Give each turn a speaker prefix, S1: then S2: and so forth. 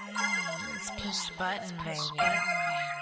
S1: Mm, let's push the button, baby.